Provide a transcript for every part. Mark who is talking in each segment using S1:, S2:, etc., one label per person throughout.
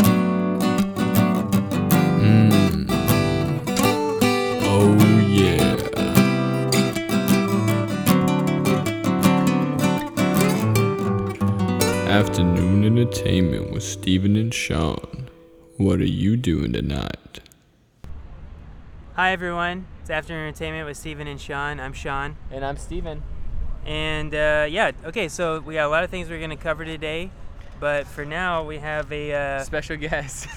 S1: Oh, Entertainment with Steven and Sean. What are you doing tonight?
S2: Hi everyone. It's After Entertainment with Steven and Sean. I'm Sean.
S3: And I'm Steven.
S2: And uh, yeah, okay, so we got a lot of things we're going to cover today, but for now we have a uh,
S3: Special guest.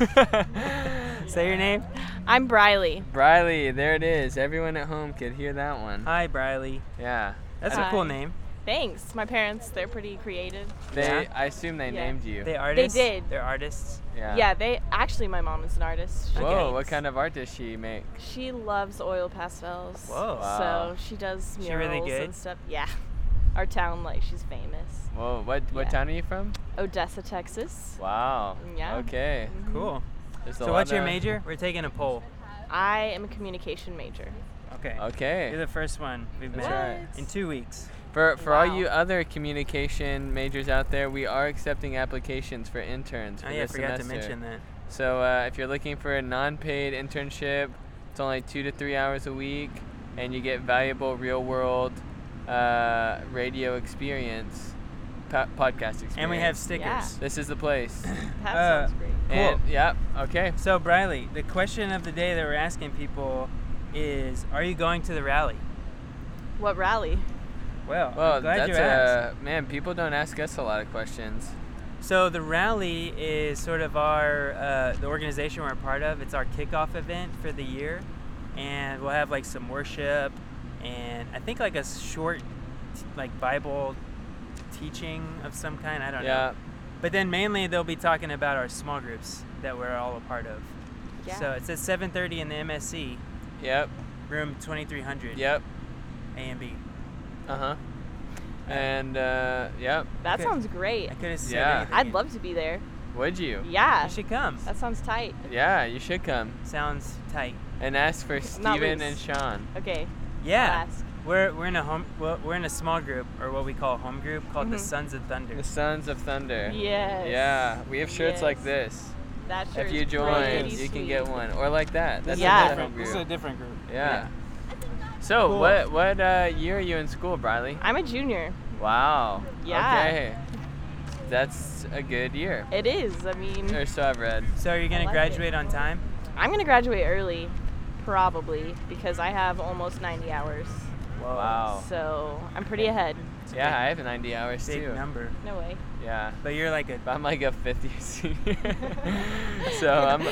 S2: say your name.
S4: I'm Briley.
S3: Briley, there it is. Everyone at home could hear that one.
S2: Hi Briley.
S3: Yeah.
S2: That's
S4: Hi.
S2: a cool name.
S4: Thanks. My parents, they're pretty creative.
S3: They
S2: Yeah.
S3: I assume they
S4: Yeah.
S3: named you.
S2: They artists.
S4: did.
S2: They're artists.
S3: yeah.
S4: Yeah, they actually my mom is an artist. She
S3: Whoa,
S4: paints.
S3: what kind of art does she make?
S4: She loves oil pastels.
S2: Whoa.
S3: Wow.
S4: So she does
S2: She
S4: murals
S2: really good?
S4: and stuff. Yeah. Our town, like she's famous.
S3: Whoa, what what
S4: Yeah.
S3: town are you from?
S4: Odessa, Texas.
S3: Wow.
S4: Yeah. Mm-hmm.
S3: Okay.
S2: Cool.
S3: There's a
S2: So what's
S3: lot
S2: your
S3: of-
S2: major? We're taking a poll.
S4: I am a communication major.
S2: Okay. You're
S3: Okay.
S2: the first one we've
S3: That's
S2: met
S3: right.
S2: in 2 weeks.
S3: For for all
S4: Wow.
S3: you other communication majors out there, we are accepting applications for interns for
S2: Oh yeah, I
S3: this
S2: forgot to
S3: semester.
S2: mention that.
S3: So uh, if you're looking for a non-paid internship, it's only two to three hours a week, and you get valuable real-world uh, radio experience, po- podcast experience.
S2: And we have stickers.
S3: This is the place.
S4: That
S2: Uh,
S4: sounds great.
S2: Cool.
S3: And yep. Okay.
S2: So Briley, the question of the day that we're asking people is are you going to the rally?
S4: What rally?
S2: Well,
S3: Well,
S2: I'm glad you
S3: that's
S2: asked.
S3: uh, man. People don't ask us a lot of questions.
S2: So the rally is sort of our uh, the organization we're a part of. It's our kickoff event for the year, and we'll have like some worship, and I think like a short t- like Bible teaching of some kind. I don't
S3: yeah.
S2: know. But then mainly they'll be talking about our small groups that we're all a part of.
S4: Yeah.
S2: So it's at 7:30 in the MSC
S3: Yep.
S2: room 2300.
S3: Yep.
S2: A and B.
S3: Uh huh. And uh, yep.
S4: that
S2: okay.
S4: sounds great.
S2: I could have said
S3: Yeah.
S2: anything.
S4: I'd love to be there.
S3: Would Oh. you?
S4: Yeah.
S2: You should come.
S4: That sounds tight.
S3: Yeah, you should come
S2: Sounds tight.
S3: and ask for
S4: Not
S3: Steven
S4: loose.
S3: and Sean.
S4: Okay.
S2: Yeah.
S4: I'll ask.
S2: We're, we're in a home well, we're in a small group or what we call a home group called the
S4: Mhm.
S2: Sons of Thunder.
S3: The Sons of Thunder.
S4: Yes.
S3: Yeah, we have shirts like
S4: Yes.
S3: this.
S4: That sure
S3: if
S4: is
S3: you join,
S4: pretty
S3: you can
S4: sweet.
S3: get one, or like that. That's
S4: Yeah.
S3: a different
S2: This is a
S3: group.
S2: different group.
S3: Yeah. So
S2: Cool.
S3: what what uh, year are you in school, Briley?
S4: I'm a junior.
S3: Wow.
S4: Yeah.
S3: Okay. That's a good year.
S4: It is. I
S2: Mm-hmm.
S4: mean,
S3: Or so I've read.
S2: So are you gonna
S4: like it.
S2: graduate on time?
S4: I'm gonna graduate early, probably because I have almost 90 hours.
S2: Whoa.
S3: Wow.
S4: So I'm pretty ahead.
S3: Yeah, I have 90 hours
S2: Big
S3: too.
S2: number.
S4: No way.
S3: Yeah.
S2: But you're like a
S3: But I'm like a fifth year senior. so I'm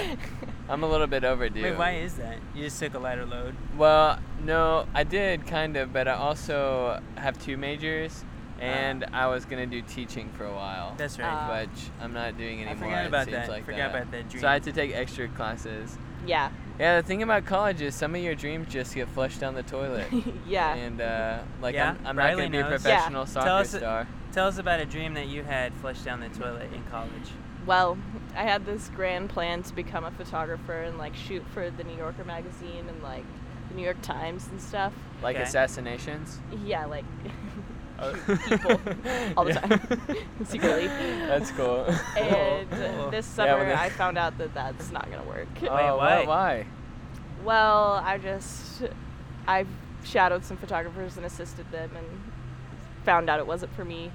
S3: I'm a little bit overdue.
S2: wait. Why is that? You just took a lighter load.
S3: Well, no, I did kind of, but I also have two majors, and I was gonna do teaching for a while.
S2: Ah. That's right.
S4: Uh,
S3: But I'm not doing
S2: I
S3: anymore.
S2: forgot
S3: it
S2: about
S3: seems
S2: that.
S3: Like
S2: Forgot
S3: that.
S2: about that dream.
S3: So I had to take extra classes.
S4: yeah.
S3: Yeah, the thing about college is some of your dreams just get flushed down the toilet.
S4: yeah.
S3: And uh, like
S2: Yeah,
S3: I'm, I'm not
S2: Riley
S3: gonna be a
S2: knows.
S4: Yeah.
S3: professional soccer
S2: us-
S3: star.
S2: Tell us about a dream that you had flushed down the toilet in college.
S4: Well, I had this grand plan to become a photographer and like shoot for the New Yorker magazine and like the New York Times and stuff.
S3: Like
S2: Okay.
S3: assassinations.
S4: Yeah, like
S3: Oh.
S4: people all the
S3: Yeah.
S4: time secretly.
S3: That's cool.
S4: And
S2: Cool.
S4: this
S3: Yeah,
S4: summer,
S3: when they-
S4: I found out that that's not gonna work.
S3: oh,
S2: why?
S3: why? Why?
S4: Well, I just I've shadowed some photographers and assisted them and found out it wasn't for me.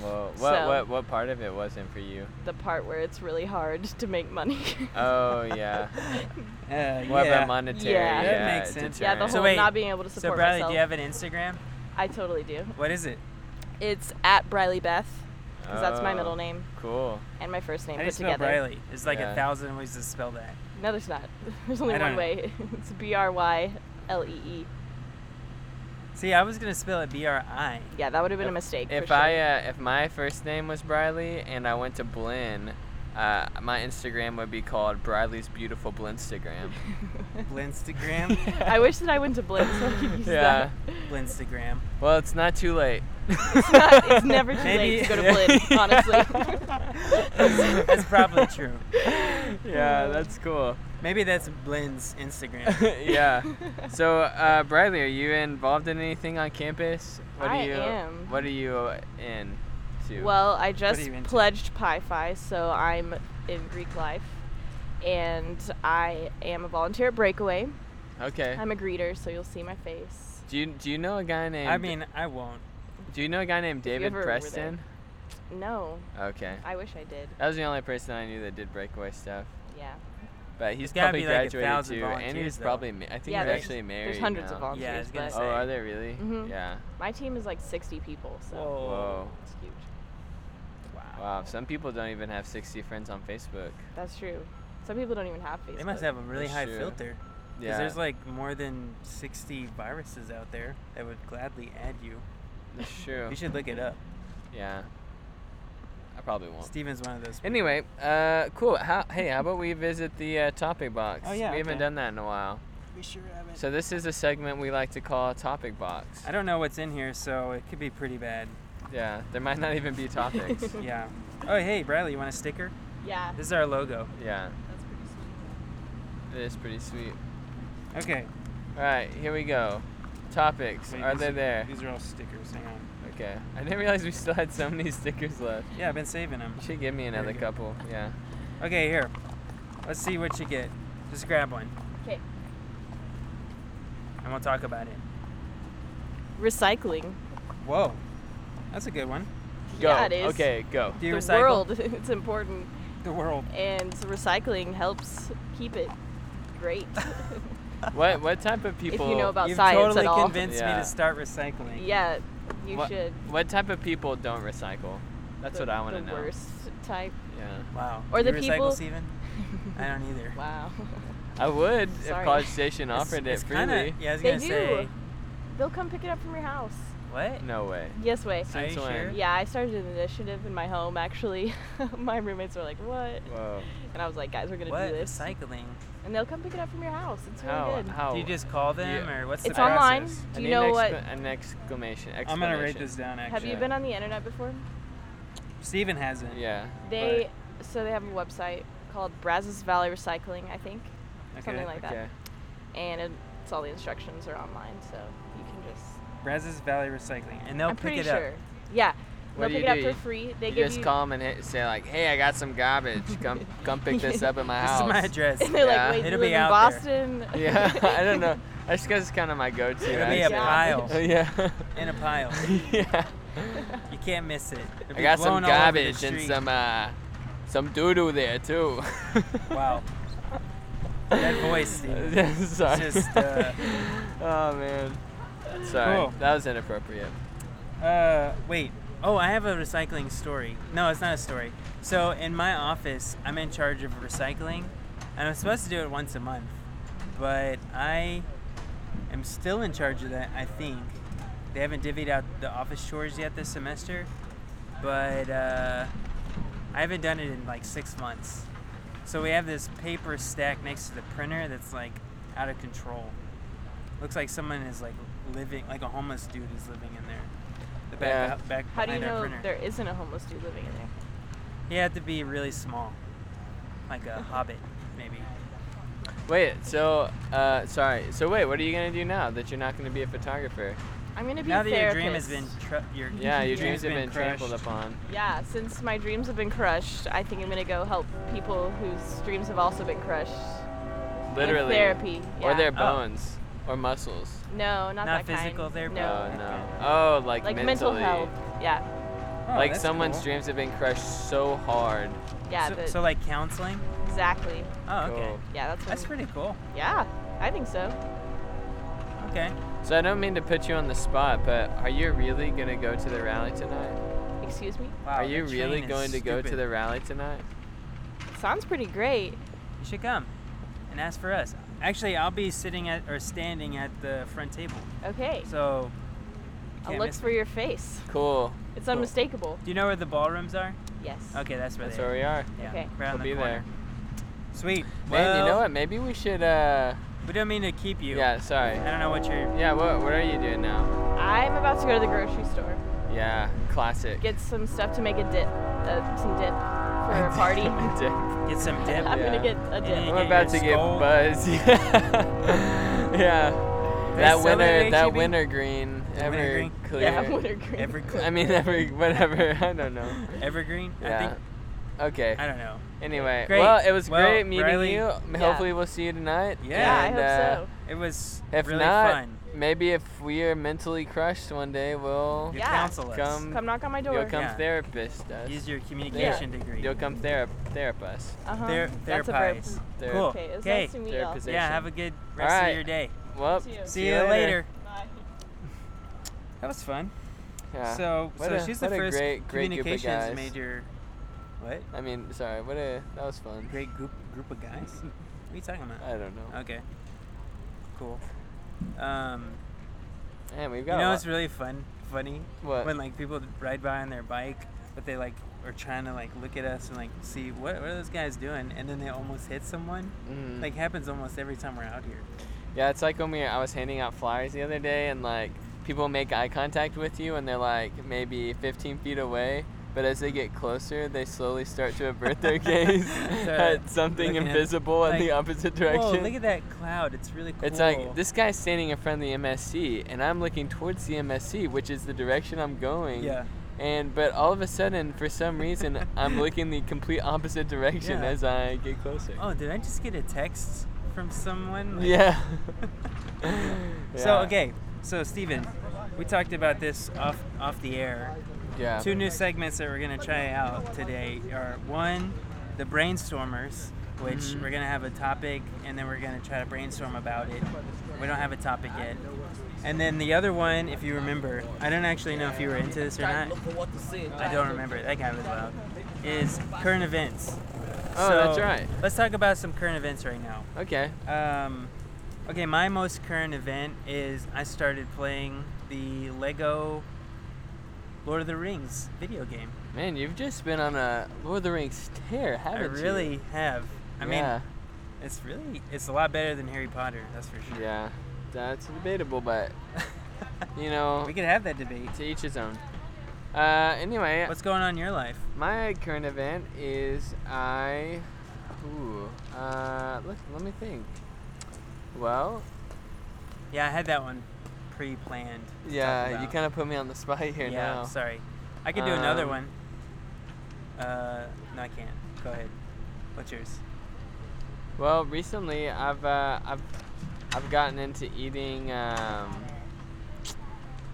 S3: Whoa. What,
S4: So-
S3: what what part of it wasn't for you?
S4: The part where it's really hard to make money.
S3: Oh yeah.
S2: Uh,
S3: What about monetary?
S4: Yeah.
S2: That makes sense.
S4: yeah,
S3: deterrent.
S4: the whole
S2: So wait,
S4: not being able to
S2: So
S4: support
S2: Bradley,
S4: myself.
S2: do you have an Instagram?
S4: I totally do.
S2: What is it?
S4: It's at Briley Beth because that's my
S3: Oh,
S4: middle name
S3: Cool.
S4: and my first name
S2: How do you
S4: put
S2: spell
S4: together.
S2: Briley? There's like
S3: Yeah.
S2: a thousand ways to spell that.
S4: No, there's not. There's
S2: I
S4: only
S2: don't
S4: one
S2: know.
S4: way. It's B R Y L E E.
S2: See, I was gonna spell it B R I.
S4: Yeah, that would have been a mistake.
S3: If
S4: for sure.
S3: I uh, if my first name was Briley and I went to Blinn, uh, my Instagram would be called Briley's Beautiful Blinstagram.
S2: Blinstagram.
S4: I wish that I went to Blinn so I could use
S3: Yeah.
S4: that.
S2: Blinstagram.
S3: Well, it's not too late.
S4: It's, not, it's never too
S2: Maybe-
S4: late to go to
S3: Yeah.
S4: Blinn, honestly.
S2: That's probably true.
S3: yeah, that's cool.
S2: Maybe that's Blin's Instagram.
S3: yeah. So, uh, Briley, are you involved in anything on campus? What
S4: I
S3: are you
S4: am.
S3: What are you in? To?
S4: Well, I just
S2: you into?
S4: pledged Pi Phi, so I'm in Greek life. And I am a volunteer at Breakaway.
S3: okay.
S4: I'm a greeter, so you'll see my face.
S3: do you do you know a guy named?
S2: I mean, I won't.
S3: do you know a guy named
S4: you
S3: David
S4: ever were there.
S3: Preston?
S4: No,
S3: Okay.
S4: I wish I did.
S3: That was the only person I knew that did breakaway stuff.
S4: Yeah.
S3: But he's
S2: gotta
S3: probably
S2: be like a
S3: graduated
S2: thousand
S3: too, and
S2: volunteers,
S3: he's
S2: though.
S3: probably. Ma- I think
S4: Yeah,
S3: they're
S4: there's-
S3: actually married.
S4: There's hundreds
S3: now.
S4: of volunteers,
S2: gonna
S3: Oh,
S4: but
S3: are
S2: Same.
S3: they really?
S4: Mhm.
S3: Yeah.
S4: my team is like 60 people, so
S3: Whoa.
S4: it's huge.
S2: Wow.
S3: Wow. Some people don't even have 60 friends on Facebook.
S4: That's true. Some people don't even have Facebook.
S2: They must have a really
S3: That's
S2: high
S3: true.
S2: filter. Because
S3: Yeah.
S2: there's like more than 60 viruses out there that would gladly add you.
S3: That's true.
S2: You should look it up.
S3: Yeah. I probably won't.
S2: Steven's one of those. people.
S3: Anyway, uh, cool. How, hey, how about we visit the uh, topic box?
S2: Oh, yeah,
S3: We haven't
S2: okay.
S3: done that in a while.
S2: We sure haven't.
S3: So this is a segment we like to call topic box.
S2: I don't know what's in here, so it could be pretty bad.
S3: Yeah. There might not even be topics.
S2: Yeah. Oh, hey, Bradley, you want a sticker?
S4: Yeah.
S2: This is our logo.
S3: yeah.
S4: That's pretty sweet.
S3: It is pretty sweet.
S2: Okay.
S3: All right. Here we go. Topics.
S2: wait,
S3: are
S2: these
S3: they there?
S2: These are all stickers. Hang on.
S3: Okay. I didn't realize we still had so many stickers left.
S2: Yeah, I've been saving them.
S3: You should give me
S2: There
S3: another
S2: you go.
S3: couple. Yeah.
S2: Okay, here. Let's see what you get. Just grab one,
S4: Okay.
S2: and we'll talk about it.
S4: Recycling.
S2: Whoa. That's a good one.
S3: Go.
S4: Yeah, it is.
S3: Okay. Go.
S2: Do you
S4: the
S2: recycle?
S4: world. it's important.
S2: The world.
S4: And recycling helps keep it great.
S3: What what type of people?
S4: know about-
S2: You've
S4: science at
S2: totally
S4: all.
S2: convinced me
S3: Yeah.
S2: to start recycling.
S4: yeah, you
S3: what,
S4: should.
S3: What type of people don't recycle? That's
S4: The-
S3: what I want to know.
S4: The worst type.
S3: Yeah.
S2: Wow.
S4: Or
S2: You
S4: the
S2: recycle,
S4: people-
S2: Steven? I don't either.
S4: Wow.
S3: I would if
S4: Sorry.
S3: College Station
S2: It's-
S3: offered
S2: it's
S3: it
S2: kinda-
S3: freely.
S2: yeah, I was
S4: They
S2: gonna
S4: do.
S2: say.
S4: They'll come pick it up from your house.
S2: What?
S3: No way.
S4: Yes, way.
S2: Are you
S3: Since when?
S2: sure?
S4: Yeah, I started an initiative in my home actually. my roommates were like, "What?"
S3: Whoa.
S4: And I was like, "Guys, we're gonna
S2: What?
S4: do this."
S2: Recycling.
S4: And they'll come pick it up from your house. It's really
S3: How?
S4: good.
S3: Oh, How?
S2: Do you just call them,
S3: Yeah.
S2: or what's
S4: It's
S2: the process?
S4: online.
S3: I
S4: Do you
S3: need an
S4: know what-
S3: exc- An exclamation. exclamation.
S2: I'm gonna write this down.
S4: Have
S2: Actually,
S4: you
S3: Yeah.
S4: been on the internet before?
S2: Steven hasn't.
S3: Yeah.
S4: They so they have a website called Brazos Valley Recycling, I think,
S2: Okay.
S4: something like that.
S3: Okay.
S4: And it- it's all the instructions are online, so you can just.
S2: Brazos Valley Recycling, and they'll
S4: I'm
S2: pick
S4: pretty
S2: it
S4: sure.
S2: up.
S4: Yeah.
S3: What do
S4: they'll
S3: you
S4: pick it
S3: do?
S4: up for free. They
S3: you
S4: give
S3: just
S4: you.
S3: call 'em and hit, say like, "Hey, I got some garbage. Come, come pick this up at my
S2: This is
S3: house."
S2: my address.
S4: And they're
S3: Yeah.
S4: like, wait, you
S2: It'll
S4: live
S2: be
S4: in
S2: out
S4: Boston?
S3: yeah. I don't know. That's because it's kind of my go-to.
S2: It'll be a
S4: Yeah.
S2: pile.
S3: yeah.
S2: In a pile.
S3: yeah.
S2: You can't miss it. It'll
S3: I
S2: be
S3: got some
S2: blown all over the
S3: garbage and
S2: street.
S3: some uh, some doodoo there too.
S2: Wow. That voice, Steven.
S3: Yeah, Sorry.
S2: just, uh,
S3: oh man. Sorry.
S2: Cool.
S3: That was inappropriate.
S2: Uh, wait. Oh, I have a recycling story. No, it's not a story. So in my office, I'm in charge of recycling, and I'm supposed to do it once a month, but I am still in charge of that. I think they haven't divvied out the office chores yet this semester, but uh, I haven't done it in like six months. So we have this paper stack next to the printer that's like out of control. Looks like someone is like living, like a homeless dude is living in there. The back,
S3: Yeah.
S2: out- back
S4: How do you
S2: behind our
S4: know
S2: printer.
S4: there isn't a homeless dude living in there?
S2: He had to be really small, like a hobbit, maybe.
S3: Wait. So, uh, sorry. So wait. What are you gonna do now that you're not gonna be a photographer?
S4: I'm gonna be
S2: Now
S4: a
S2: that
S4: therapist.
S2: your dream has been, tr- your
S3: Yeah. Your
S2: your
S3: dreams have been
S2: crushed.
S3: trampled upon.
S4: Yeah, since my dreams have been crushed, I think I'm gonna go help people whose dreams have also been crushed.
S3: Literally.
S4: therapy,
S3: Or
S4: yeah.
S3: their
S4: Oh.
S3: bones. Or muscles.
S4: No, not,
S2: Not
S4: that kind.
S2: physical therapy?
S4: No.
S3: Oh no. Oh, like,
S4: Like mental
S3: mentally.
S4: health. Yeah.
S2: Oh,
S3: like
S2: that's
S3: someone's
S2: cool.
S3: dreams have been crushed so hard.
S4: Yeah.
S2: So,
S4: the-
S2: so like counseling.
S4: exactly.
S2: Oh, okay.
S3: Cool.
S4: Yeah, that's. what
S2: That's
S4: I'm-
S2: pretty cool.
S4: Yeah, I think so.
S2: Okay.
S3: So I don't mean to put you on the spot, but are you really gonna go to the rally tonight?
S4: Excuse me.
S2: Wow.
S3: are you
S2: that
S3: really
S2: train is
S3: going to go to
S2: stupid.
S3: the rally tonight?
S4: Sounds pretty great.
S2: You should come and ask for us. Actually, I'll be sitting at or standing at the front table.
S4: Okay.
S2: So you
S4: I'll
S2: can't
S4: look
S2: miss
S4: for
S2: me.
S4: your face.
S3: Cool.
S4: It's unmistakable.
S2: Do you know where the ballrooms are?
S4: Yes.
S2: Okay, that's where
S3: That's
S2: they
S3: where
S2: are.
S3: we are.
S2: Yeah,
S4: Okay.
S2: Right on
S3: We'll
S2: the
S3: be
S2: corner.
S3: there.
S2: Sweet.
S3: Man, you know
S2: Well,
S3: what? Maybe we should. uh...
S2: We don't mean to keep you.
S3: Yeah. Sorry.
S2: I don't know what you're.
S3: Yeah. What What are you doing now?
S4: I'm about to go to the grocery store.
S3: Yeah. Classic.
S4: Get some stuff to make a dip. Uh, some dip for a party.
S3: Dick.
S2: Get some dip.
S4: I'm
S3: Yeah.
S4: gonna get
S2: Yeah.
S4: a dip.
S3: I'm
S2: get
S3: about
S2: your
S3: to get
S2: skull.
S3: buzzed. yeah.
S2: They
S3: That
S2: sell
S3: winter.
S2: at
S3: That
S2: H-E-B?
S3: wintergreen.
S2: winter
S3: Ever
S2: green?
S3: clear.
S4: Yeah, wintergreen.
S2: Every
S3: I mean, every whatever. I don't know.
S2: evergreen. I
S3: Yeah.
S2: think
S3: Okay.
S2: I don't know.
S3: Anyway,
S2: Great.
S3: well, it was
S2: Well,
S3: great meeting
S2: Riley-
S3: you. M-
S4: Yeah.
S3: Hopefully, we'll see you tonight.
S2: Yeah.
S4: Yeah,
S3: and,
S4: I
S3: uh,
S4: hope so.
S2: It was
S3: If
S2: really
S3: not,
S2: fun.
S3: maybe if we are mentally crushed one day, we'll
S2: You'll
S4: Yeah.
S2: counsel us.
S3: come.
S4: Come knock on my
S3: You'll
S4: door.
S3: come
S2: Yeah.
S3: therapist us.
S2: Use your communication degree.
S3: You'll come therap therapist.
S4: Uh-huh.
S2: Thera-
S4: That's a verb.
S2: therapize.
S3: Thera-
S2: Cool.
S4: Okay, it was
S2: Okay.
S4: nice to meet y'all.
S3: Therapist.
S2: Yeah, have a good rest
S3: Alright.
S2: of your day.
S3: Well,
S4: See you.
S2: See, you later.
S4: Bye.
S2: That was fun.
S3: Yeah.
S2: So,
S3: What
S2: so
S3: a-
S2: she's the
S3: what a
S2: first
S3: great- great group of
S2: communications
S3: guys.
S2: major. What?
S3: I mean, sorry. What a that was fun.
S2: Great Uh, group group of guys? What are you talking about?
S3: I don't know.
S2: Okay. Cool. Um,
S3: Man, we've
S2: you
S3: got. a
S2: know
S3: lot-
S2: it's really fun, funny
S3: What?
S2: when like people ride by on their bike, but they like are trying to like look at us and like see what, what are those guys doing, and then they almost hit someone.
S3: Mhm.
S2: Like happens almost every time we're out here.
S3: Yeah, it's like when we I was handing out flyers the other day, and like people make eye contact with you, and they're like maybe 15 feet away. But as they get closer, they slowly start to avert their gaze
S2: They're
S3: at something
S2: looking at-
S3: invisible in the
S2: like,
S3: opposite
S2: Whoa! Look
S3: direction.
S2: at that cloud. It's really cool.
S3: It's like this guy's standing in front of the MSC, and I'm looking towards the MSC, which is the direction I'm going.
S2: Yeah.
S3: And but all of a sudden, for some reason, I'm looking the complete opposite direction
S2: Yeah.
S3: as I get closer.
S2: Oh, did I just get a text from someone? Like-
S3: Yeah.
S2: So
S3: Yeah.
S2: okay, so Steven, we talked about this off off the air.
S3: Yeah.
S2: Two new segments that we're gonna try out today are one, the brainstormers, which
S3: Mhm.
S2: we're gonna have a topic and then we're gonna try to brainstorm about it. We don't have a topic yet. And then the other one, if you remember, I don't actually know if you were into this or not. I don't remember. That guy was loud. Is current events.
S3: Oh,
S2: So,
S3: that's right.
S2: Let's talk about some current events right now.
S3: Okay.
S2: Um, okay, my most current event is I started playing the Lego Lord of the Rings video game.
S3: Man, you've just been on a Lord of the Rings tear,
S2: I
S3: haven't you?
S2: really have. I
S3: yeah.
S2: mean, it's really it's a lot better than Harry Potter, that's for sure.
S3: Yeah. That's debatable, but you know,
S2: we could have that debate.
S3: to each his own. Uh, anyway,
S2: What's going on in your life?
S3: my current event is I. Ooh. Uh, let, let me think. Well,
S2: Yeah, I had that one pre-planned. to talk
S3: yeah, you
S2: about.
S3: kind of put me on the spot here
S2: yeah.
S3: now.
S2: Sorry, I could do another
S3: Um,
S2: one. Uh, no, I can't. Go ahead. What's yours?
S3: Well, recently I've uh, I've I've gotten into eating um,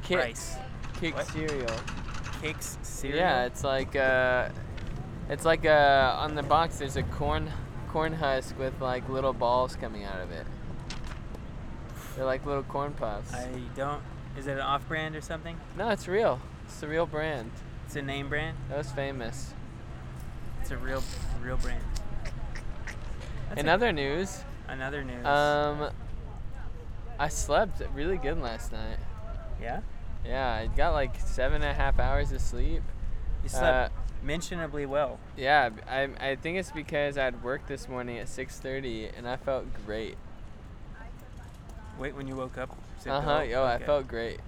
S3: kick
S2: Rice.
S3: kick
S2: What?
S3: cereal.
S2: Cakes, cereal.
S3: Yeah, it's like uh, it's like uh, on the box. There's a corn corn husk with like little balls coming out of it. They're like little corn puffs.
S2: I don't. Is it an off-brand or something?
S3: No, it's real. It's the real brand.
S2: It's a name brand.
S3: That was famous.
S2: It's a real, real brand. That's
S3: In
S2: a-
S3: other news,
S2: another news.
S3: um, I slept really good last night.
S2: yeah,
S3: Yeah, I got like seven and a half hours of sleep. Uh,
S2: you slept mentionably well.
S3: Yeah, b- I, I think it's because I had work this morning at 6:30 and I felt great.
S2: Wait, when you woke up. is it
S3: Uh huh.
S2: well?
S3: Yo, I
S2: Uh-huh. Okay.
S3: felt great.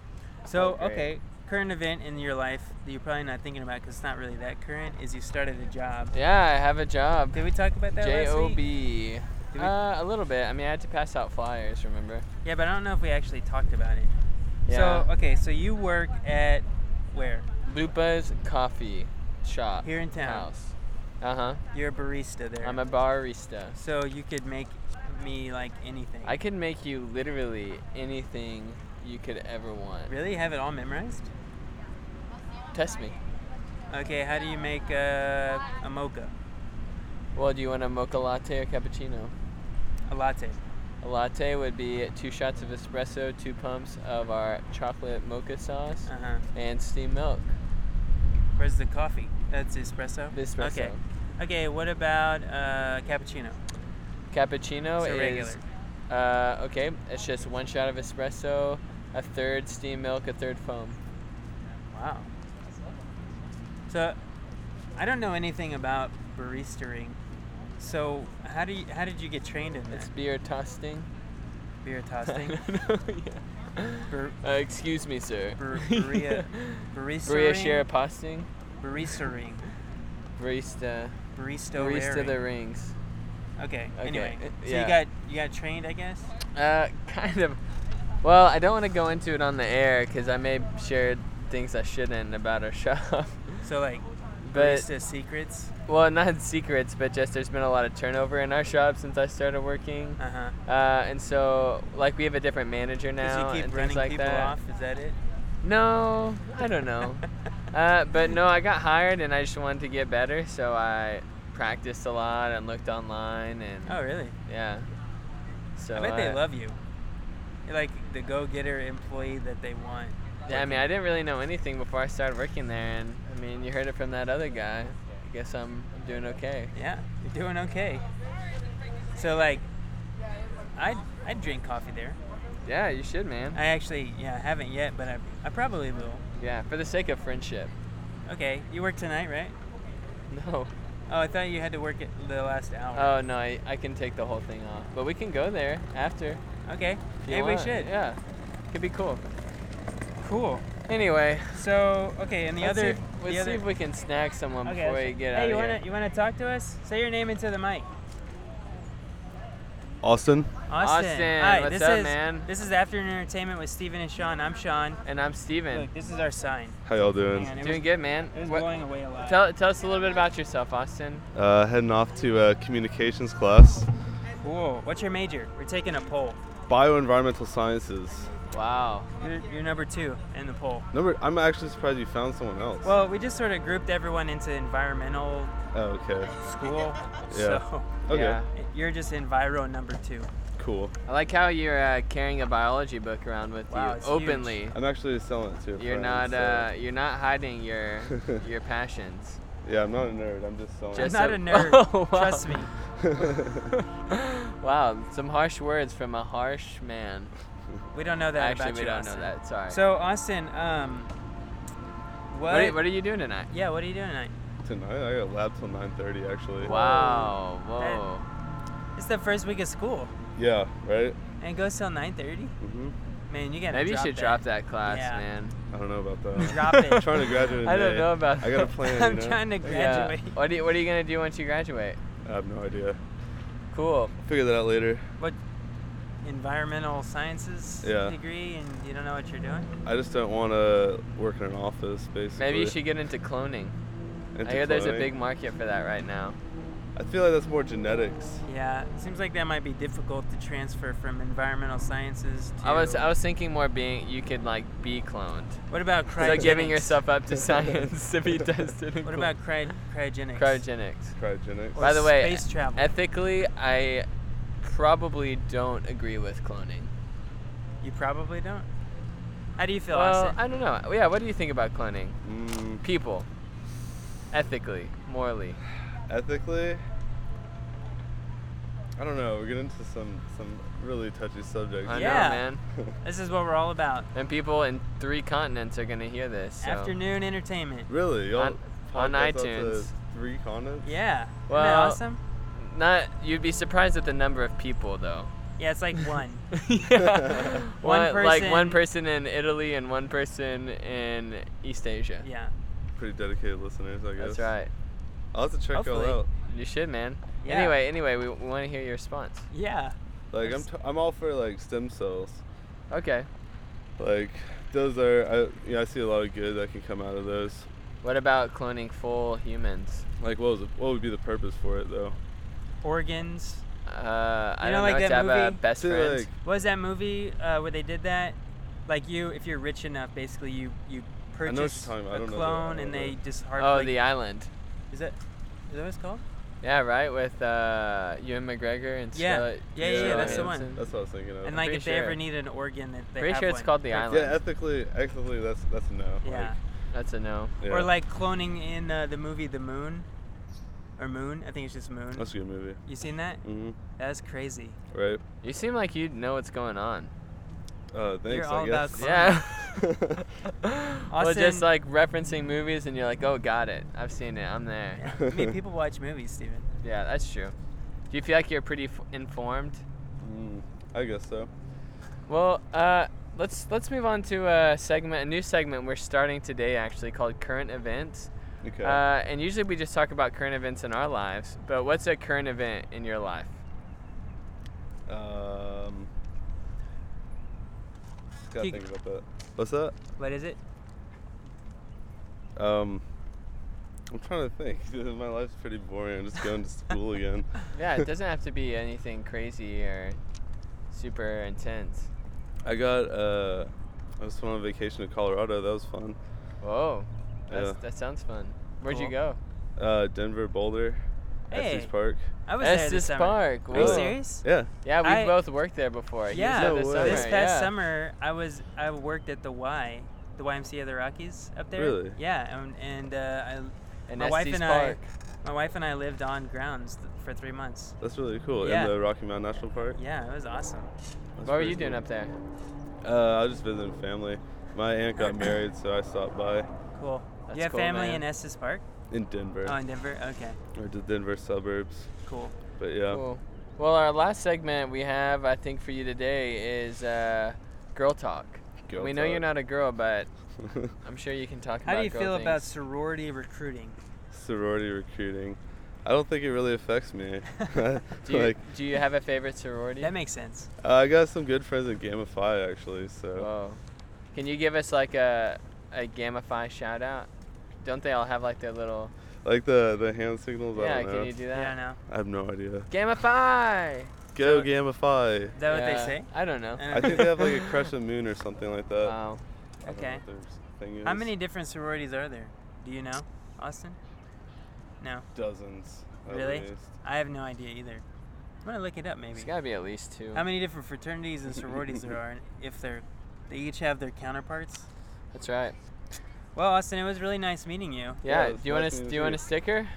S2: So
S3: felt great.
S2: okay, current event in your life that you're probably not thinking about because it's not really that current is you started a job.
S3: Yeah, I have a job.
S2: Did we talk about that
S3: J O
S2: last week?
S3: B.
S2: Did we-
S3: Uh, a little bit. I mean, I had to pass out flyers. Remember?
S2: Yeah, but I don't know if we actually talked about it.
S3: Yeah.
S2: So uh, okay, so you work at where?
S3: Lupa's coffee shop.
S2: Here in town.
S3: House. Uh huh.
S2: You're a barista there.
S3: I'm a barista.
S2: so you could make me like anything.
S3: I can make you literally anything you could ever want.
S2: really have it all memorized.
S3: Test me.
S2: Okay, how do you make uh, a mocha,
S3: Well, do you want a mocha latte or cappuccino?
S2: a latte?
S3: A latte would be two shots of espresso, two pumps of our chocolate mocha sauce,
S2: Uh huh.
S3: and steamed milk.
S2: Where's the coffee? That's espresso.
S3: Espresso.
S2: Okay. Okay. What about uh, cappuccino?
S3: Cappuccino
S2: So
S3: is
S2: regular.
S3: uh, okay. It's just one shot of espresso, a third steamed milk, a third foam.
S2: Wow. So, I don't know anything about baristering. So, how do you, how did you get trained in
S3: It's
S2: this
S3: beer toasting.
S2: beer
S3: I
S2: toasting?
S3: don't know, yeah.
S2: Bar-
S3: Uh, excuse me, sir.
S2: bar- Berea,
S3: Berea
S2: baristering,
S3: share posting.
S2: baristering,
S3: Barista.
S2: baristo,
S3: Barista the
S2: raring.
S3: rings.
S2: Okay.
S3: Okay,
S2: Anyway,
S3: uh,
S2: so
S3: yeah.
S2: you got you got trained, I guess.
S3: Uh, kind of. Well, I don't want to go into it on the air because I may share things I shouldn't about our shop.
S2: So like,
S3: But-
S2: barista secrets.
S3: Well, not secrets, but just there's been a lot of turnover in our shop since I started working.
S2: Uh huh.
S3: Uh, and so, like, we have a different manager now
S2: Because you
S3: and
S2: keep
S3: things
S2: running
S3: like
S2: people
S3: that.
S2: off. Is that it?
S3: No, I don't know. uh, but no, I got hired and I just wanted to get better, so I practiced a lot and looked online and
S2: Oh, really?
S3: yeah. So
S2: I bet they love you. You're like the go-getter employee that they want.
S3: Yeah, I mean, I didn't really know anything before I started working there, and I mean, you heard it from that other guy. I guess I'm doing okay.
S2: Yeah, you're doing okay. So like, I I drink coffee there.
S3: Yeah, you should, man.
S2: I actually yeah I haven't yet, but I, I probably will.
S3: Yeah, for the sake of friendship.
S2: Okay, you work tonight, right?
S3: No.
S2: Oh, I thought you had to work at the last hour.
S3: Oh no, I, I can take the whole thing off, but we can go there after.
S2: okay,
S3: if
S2: maybe
S3: you
S2: we
S3: want.
S2: should.
S3: Yeah, could be cool.
S2: Cool.
S3: Anyway,
S2: So okay, and the
S3: let's
S2: other
S3: see if,
S2: the
S3: let's
S2: other.
S3: see if we can snag someone
S2: okay,
S3: before
S2: let's-
S3: we get
S2: hey,
S3: out
S2: you
S3: of
S2: wanna
S3: here.
S2: you wanna talk to us? Say your name into the mic.
S5: Austin,
S2: Austin.
S3: Austin,
S2: Hi,
S3: what's
S2: this
S3: up,
S2: is,
S3: man?
S2: This is Afternoon Entertainment with Steven and Sean. I'm Sean.
S3: And I'm Steven.
S2: Look, this is our sign.
S5: how y'all doing?
S2: Hang on, it
S3: Doing
S2: was,
S3: good, man.
S2: It was
S3: What-
S2: blowing away a lot.
S3: tell tell us a little bit about yourself, Austin.
S5: Uh, heading off to uh, communications class,
S2: cool. What's your major? We're taking a poll.
S5: bioenvironmental sciences.
S3: Wow.
S2: You're, you're number two in the poll.
S5: Number, I'm actually surprised you found someone else.
S2: Well, we just sort of grouped everyone into environmental
S5: oh, okay,
S2: school. So
S5: okay,
S3: Yeah.
S2: you're just enviro number two.
S5: cool.
S3: I like how you're uh, carrying a biology book around with
S2: Wow,
S3: you
S2: it's huge.
S3: openly.
S5: I'm actually selling it to. A
S3: You're
S5: friend,
S3: not
S5: so-
S3: uh, you're not hiding your your passions.
S5: Yeah, I'm not a nerd. I'm just selling.
S2: I'm
S3: Just-
S5: it.
S2: not
S3: a-
S2: a nerd.
S3: Oh, wow.
S2: Trust me.
S3: wow, some harsh words from a harsh man.
S2: We don't know that
S3: Actually,
S2: about
S3: we
S2: you,
S3: don't
S2: Austin.
S3: know that. Sorry.
S2: So Austin, um, what?
S3: what are, what are you doing tonight?
S2: yeah, what are you doing tonight?
S5: Tonight I got lab till 9:30 actually.
S3: Wow. Whoa.
S2: It's the first week of school,
S5: Yeah. Right.
S2: and it goes till 9:30.
S5: hmm
S2: Man, you gotta.
S3: Maybe you
S2: drop
S3: should
S2: that.
S3: drop that class,
S2: Yeah.
S3: man.
S5: I don't know about that.
S2: Drop it.
S5: I'm trying to graduate. in
S3: I don't
S5: May.
S3: know about
S5: I got a
S3: that.
S5: plan.
S2: I'm
S5: you know?
S2: trying to graduate.
S3: Yeah. What are you, what are you gonna do once you graduate?
S5: I have no idea.
S3: Cool.
S5: Figure that out later.
S2: What? Environmental sciences
S5: Yeah.
S2: degree, and you don't know what you're doing.
S5: I just don't want to work in an office, basically.
S3: Maybe you should get into cloning.
S5: Into
S3: I hear there's a
S5: cloning.
S3: big market for that right now.
S5: I feel like that's more genetics.
S2: Yeah, it seems like that might be difficult to transfer from environmental sciences to.
S3: I was I was thinking more being you could like be cloned.
S2: What about cryogenics?
S3: So giving yourself up to science to be tested. and
S2: What
S3: cloned.
S2: about cry- cryogenics?
S3: cryogenics?
S5: Cryogenics.
S2: Or
S3: By the way,
S2: space travel.
S3: Ethically, I probably don't agree with cloning.
S2: you probably don't. How do you feel,
S3: Well,
S2: Austin?
S3: I don't know. Yeah, what do you think about cloning?
S5: Mm,
S3: People. Ethically, morally.
S5: ethically, I don't know. We're getting into some some really touchy subjects.
S3: I
S2: Yeah.
S3: know, man.
S2: This is what we're all about.
S3: And people in three continents are going to hear this. So.
S2: Afternoon entertainment.
S5: Really, y'all
S3: On- on
S5: podcast out to
S3: iTunes.
S5: Three continents.
S2: Yeah. Isn't that
S3: Well-
S2: awesome?
S3: Not, you'd be surprised at the number of people, though.
S2: Yeah, it's like one.
S3: yeah.
S2: One
S3: One- Like one
S2: person-
S3: person in Italy and one person in East Asia.
S2: yeah.
S5: Pretty dedicated listeners, I guess.
S3: That's right.
S5: I'll have to check
S2: Hopefully.
S5: y'all out.
S3: You should, man.
S2: Yeah.
S3: Anyway, anyway, we, we want to hear your response.
S2: Yeah.
S5: Like I'm, t- I'm all for like stem cells.
S3: Okay.
S5: Like those are, I, you know, I see a lot of good that can come out of those.
S3: What about cloning full humans?
S5: Like what was, the, what would be the purpose for it though?
S2: Organs.
S3: Uh, I
S2: You know,
S3: don't
S2: like
S3: know.
S2: that
S3: to have a
S2: movie?
S3: best
S5: To,
S3: friend.
S5: like,
S2: What was that movie uh, where they did that? Like you, if you're rich enough, basically you you
S5: know what you're
S2: purchase
S5: talking about. I
S2: a
S5: don't know the- I
S2: clone
S5: don't
S2: and
S5: know
S2: they
S5: the-
S2: dishearten.
S3: oh,
S2: like,
S3: the island.
S2: Is that is that what it's called?
S3: Yeah, right. With uh, Ewan McGregor and
S2: Yeah.
S3: Scarlett.
S2: Yeah,
S5: yeah, yeah,
S3: Scarlett
S5: that's the
S2: one.
S3: Johansson.
S5: That's what I was thinking of.
S2: and like
S3: pretty
S2: if they ever
S3: sure.
S2: need an organ, that they
S3: Pretty
S2: have
S3: sure it's
S2: one.
S3: called the
S2: Like,
S3: island.
S5: yeah, ethically, ethically, that's that's a no.
S2: Yeah.
S5: Like,
S3: That's a no.
S5: yeah.
S2: Or like cloning in uh, the movie The Moon, or Moon. I think it's just Moon.
S5: That's a good movie.
S2: you seen that?
S5: hmm
S2: That's crazy.
S5: Right.
S3: You seem like you know what's going on.
S5: Uh, thanks.
S2: You're
S5: I
S2: all about
S5: guess.
S2: Fun.
S3: Yeah. well,
S2: Austin-
S3: just like referencing movies, and you're like, oh, got it. I've seen it. I'm there.
S2: Yeah. I mean, people watch movies, Steven.
S3: Yeah, that's true. Do you feel like you're pretty f- informed?
S5: Mm, I guess so.
S3: Well, uh, let's let's move on to a segment, a new segment we're starting today actually called Current Events.
S5: Okay.
S3: Uh, and usually we just talk about current events in our lives, but what's a current event in your life?
S5: um. Gotta
S2: Keep-
S5: think about that. What's that?
S2: What is it?
S5: Um. I'm trying to think. My life's pretty boring. I'm just going to school again.
S3: Yeah, it doesn't have to be anything crazy or super intense.
S5: I got. Uh, I was on vacation to Colorado. That was fun.
S3: Whoa, that's,
S5: Yeah.
S3: that sounds fun. Where'd you
S2: Cool.
S3: go?
S5: Uh, Denver, Boulder,
S2: Hey.
S5: Estes Park.
S2: I was there this
S3: Estes
S2: summer.
S3: Park.
S2: Are you
S3: whoa.
S2: serious?
S5: Yeah.
S3: Yeah, we
S2: I-
S3: have both worked there before. He was
S2: Yeah,
S3: there
S5: No
S3: this,
S5: way.
S3: summer.
S2: This past
S3: yeah.
S2: summer, I was I worked at the Y, the YMCA of the Rockies up there.
S5: Really?
S2: Yeah, and, and uh,
S3: And
S2: My wife
S3: Estes
S2: and I-
S3: Park.
S2: I, my wife and I lived on grounds th- for three months.
S5: That's really cool.
S2: Yeah.
S5: In the Rocky Mountain National Park.
S2: Yeah, it was awesome.
S5: That's
S3: What were
S5: pretty
S3: you doing
S5: cool.
S3: up there?
S5: Uh, I was just visiting family. My aunt got married, so I stopped by
S2: Cool.
S3: That's
S2: you have
S3: cool,
S2: family
S3: man.
S2: in Estes Park?
S5: in Denver,
S2: Oh, in Denver. Okay,
S5: or the Denver suburbs.
S2: cool.
S5: But yeah.
S3: Cool. Well, our last segment we have, I think, for you today is uh, girl talk.
S5: Girl
S3: we know you're
S5: talk.
S3: not a girl, but I'm sure you can talk
S2: How
S3: about
S2: do you
S3: girl
S2: feel about
S3: things.
S2: sorority recruiting?
S5: Sorority recruiting. I don't think it really affects me.
S3: do you,
S5: like,
S3: do you have a favorite sorority?
S2: That makes sense.
S5: I got some good friends in Gamify actually, so
S3: Whoa. Can you give us like a a Gamma Phi shout out? Don't they all have like their little?
S5: like the the hand signals. I
S3: yeah,
S5: don't know.
S3: can you do that?
S2: Yeah, I know.
S5: I have no idea.
S3: Gamma Phi.
S5: Go Gamify.
S2: Is that
S3: Yeah,
S2: what they say?
S3: I don't know.
S2: I
S5: I think they have like a crush on moon or something like that.
S3: Wow.
S5: I don't know
S2: Okay.
S5: what their Thing is.
S2: How many different sororities are there? Do you know, Austin? No,
S5: Dozens. at
S2: Really?
S5: least.
S2: I have no idea either. I'm gonna look it up maybe.
S3: It's gotta be at least two.
S2: how many different fraternities and sororities there are, and if they're, they each have their counterparts.
S3: That's right.
S2: Well, Austin, it was really nice meeting you.
S3: Yeah.
S5: Yeah,
S3: do
S5: it's
S3: you want
S5: nice
S3: to?
S5: meeting
S3: Do you want a
S5: you.
S3: sticker?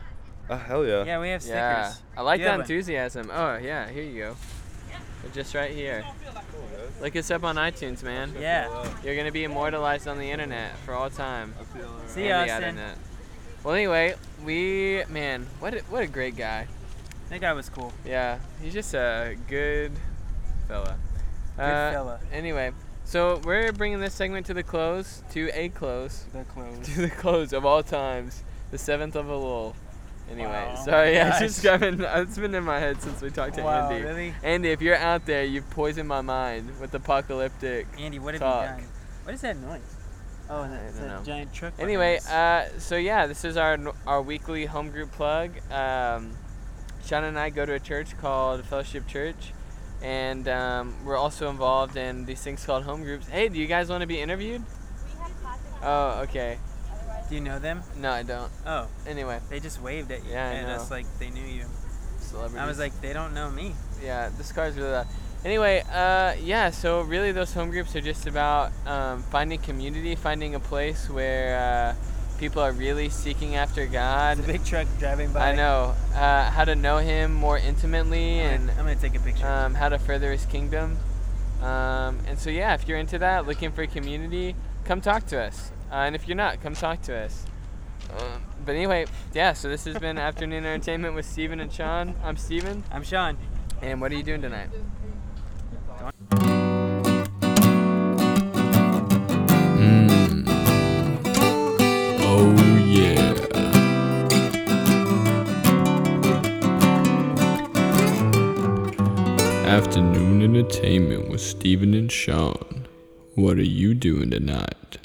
S5: Oh hell yeah.
S2: Yeah, we have stickers.
S3: Yeah. I like
S2: Do you
S3: that
S2: have one?
S3: enthusiasm. Oh yeah. Here you go. They're Just right here. Look us up on iTunes, man.
S2: Yeah.
S3: You're gonna be immortalized on the internet for all time.
S2: See you,
S3: And the
S2: Austin.
S3: internet. Well, anyway, we man, what a, what a great guy.
S2: That guy was cool.
S3: Yeah, he's just a good fella. Good
S2: fella.
S3: Anyway, so we're bringing this segment to the close, to a close,
S2: The clothes.
S3: to the close of all times, the seventh of Elul. Anyway,
S2: Wow.
S3: sorry, yeah, it's
S2: Gosh.
S3: just been, it's been in my head since we talked to
S2: Wow,
S3: Andy.
S2: really?
S3: Andy, if you're out there, you've poisoned my mind with apocalyptic.
S2: Andy, what have
S3: Talk.
S2: you done? What is that noise? Oh, that,
S3: I
S2: it's
S3: don't know.
S2: that giant truck. behind
S3: Anyway,
S2: us.
S3: uh, so yeah, this is our our weekly home group plug. Um, Sean and I go to a church called Fellowship Church, and um, we're also involved in these things called home groups. Hey, do you guys want to be interviewed? Oh, okay.
S2: do you know them?
S3: No, I don't.
S2: Oh,
S3: Anyway,
S2: they just waved at you.
S3: Yeah, I
S2: and
S3: know.
S2: that's like they knew you.
S3: celebrities.
S2: I was like, they don't know me.
S3: yeah, this car's really loud. Anyway, uh, yeah, so really those home groups are just about um, finding community, finding a place where uh, people are really seeking after God.
S2: The big truck driving by.
S3: I know uh, how to know Him more intimately
S2: I'm
S3: and
S2: gonna, I'm gonna take a picture.
S3: um, how to further His kingdom. Um, and so, yeah, if you're into that, looking for a community, come talk to us. Uh, and if you're not, come talk to us. Um, but anyway, yeah. So this has been Afternoon Entertainment with Steven and Sean. I'm Steven.
S2: I'm Sean.
S3: And what are you doing tonight?
S1: Mm. Oh yeah. Afternoon entertainment with Steven and Sean. What are you doing tonight?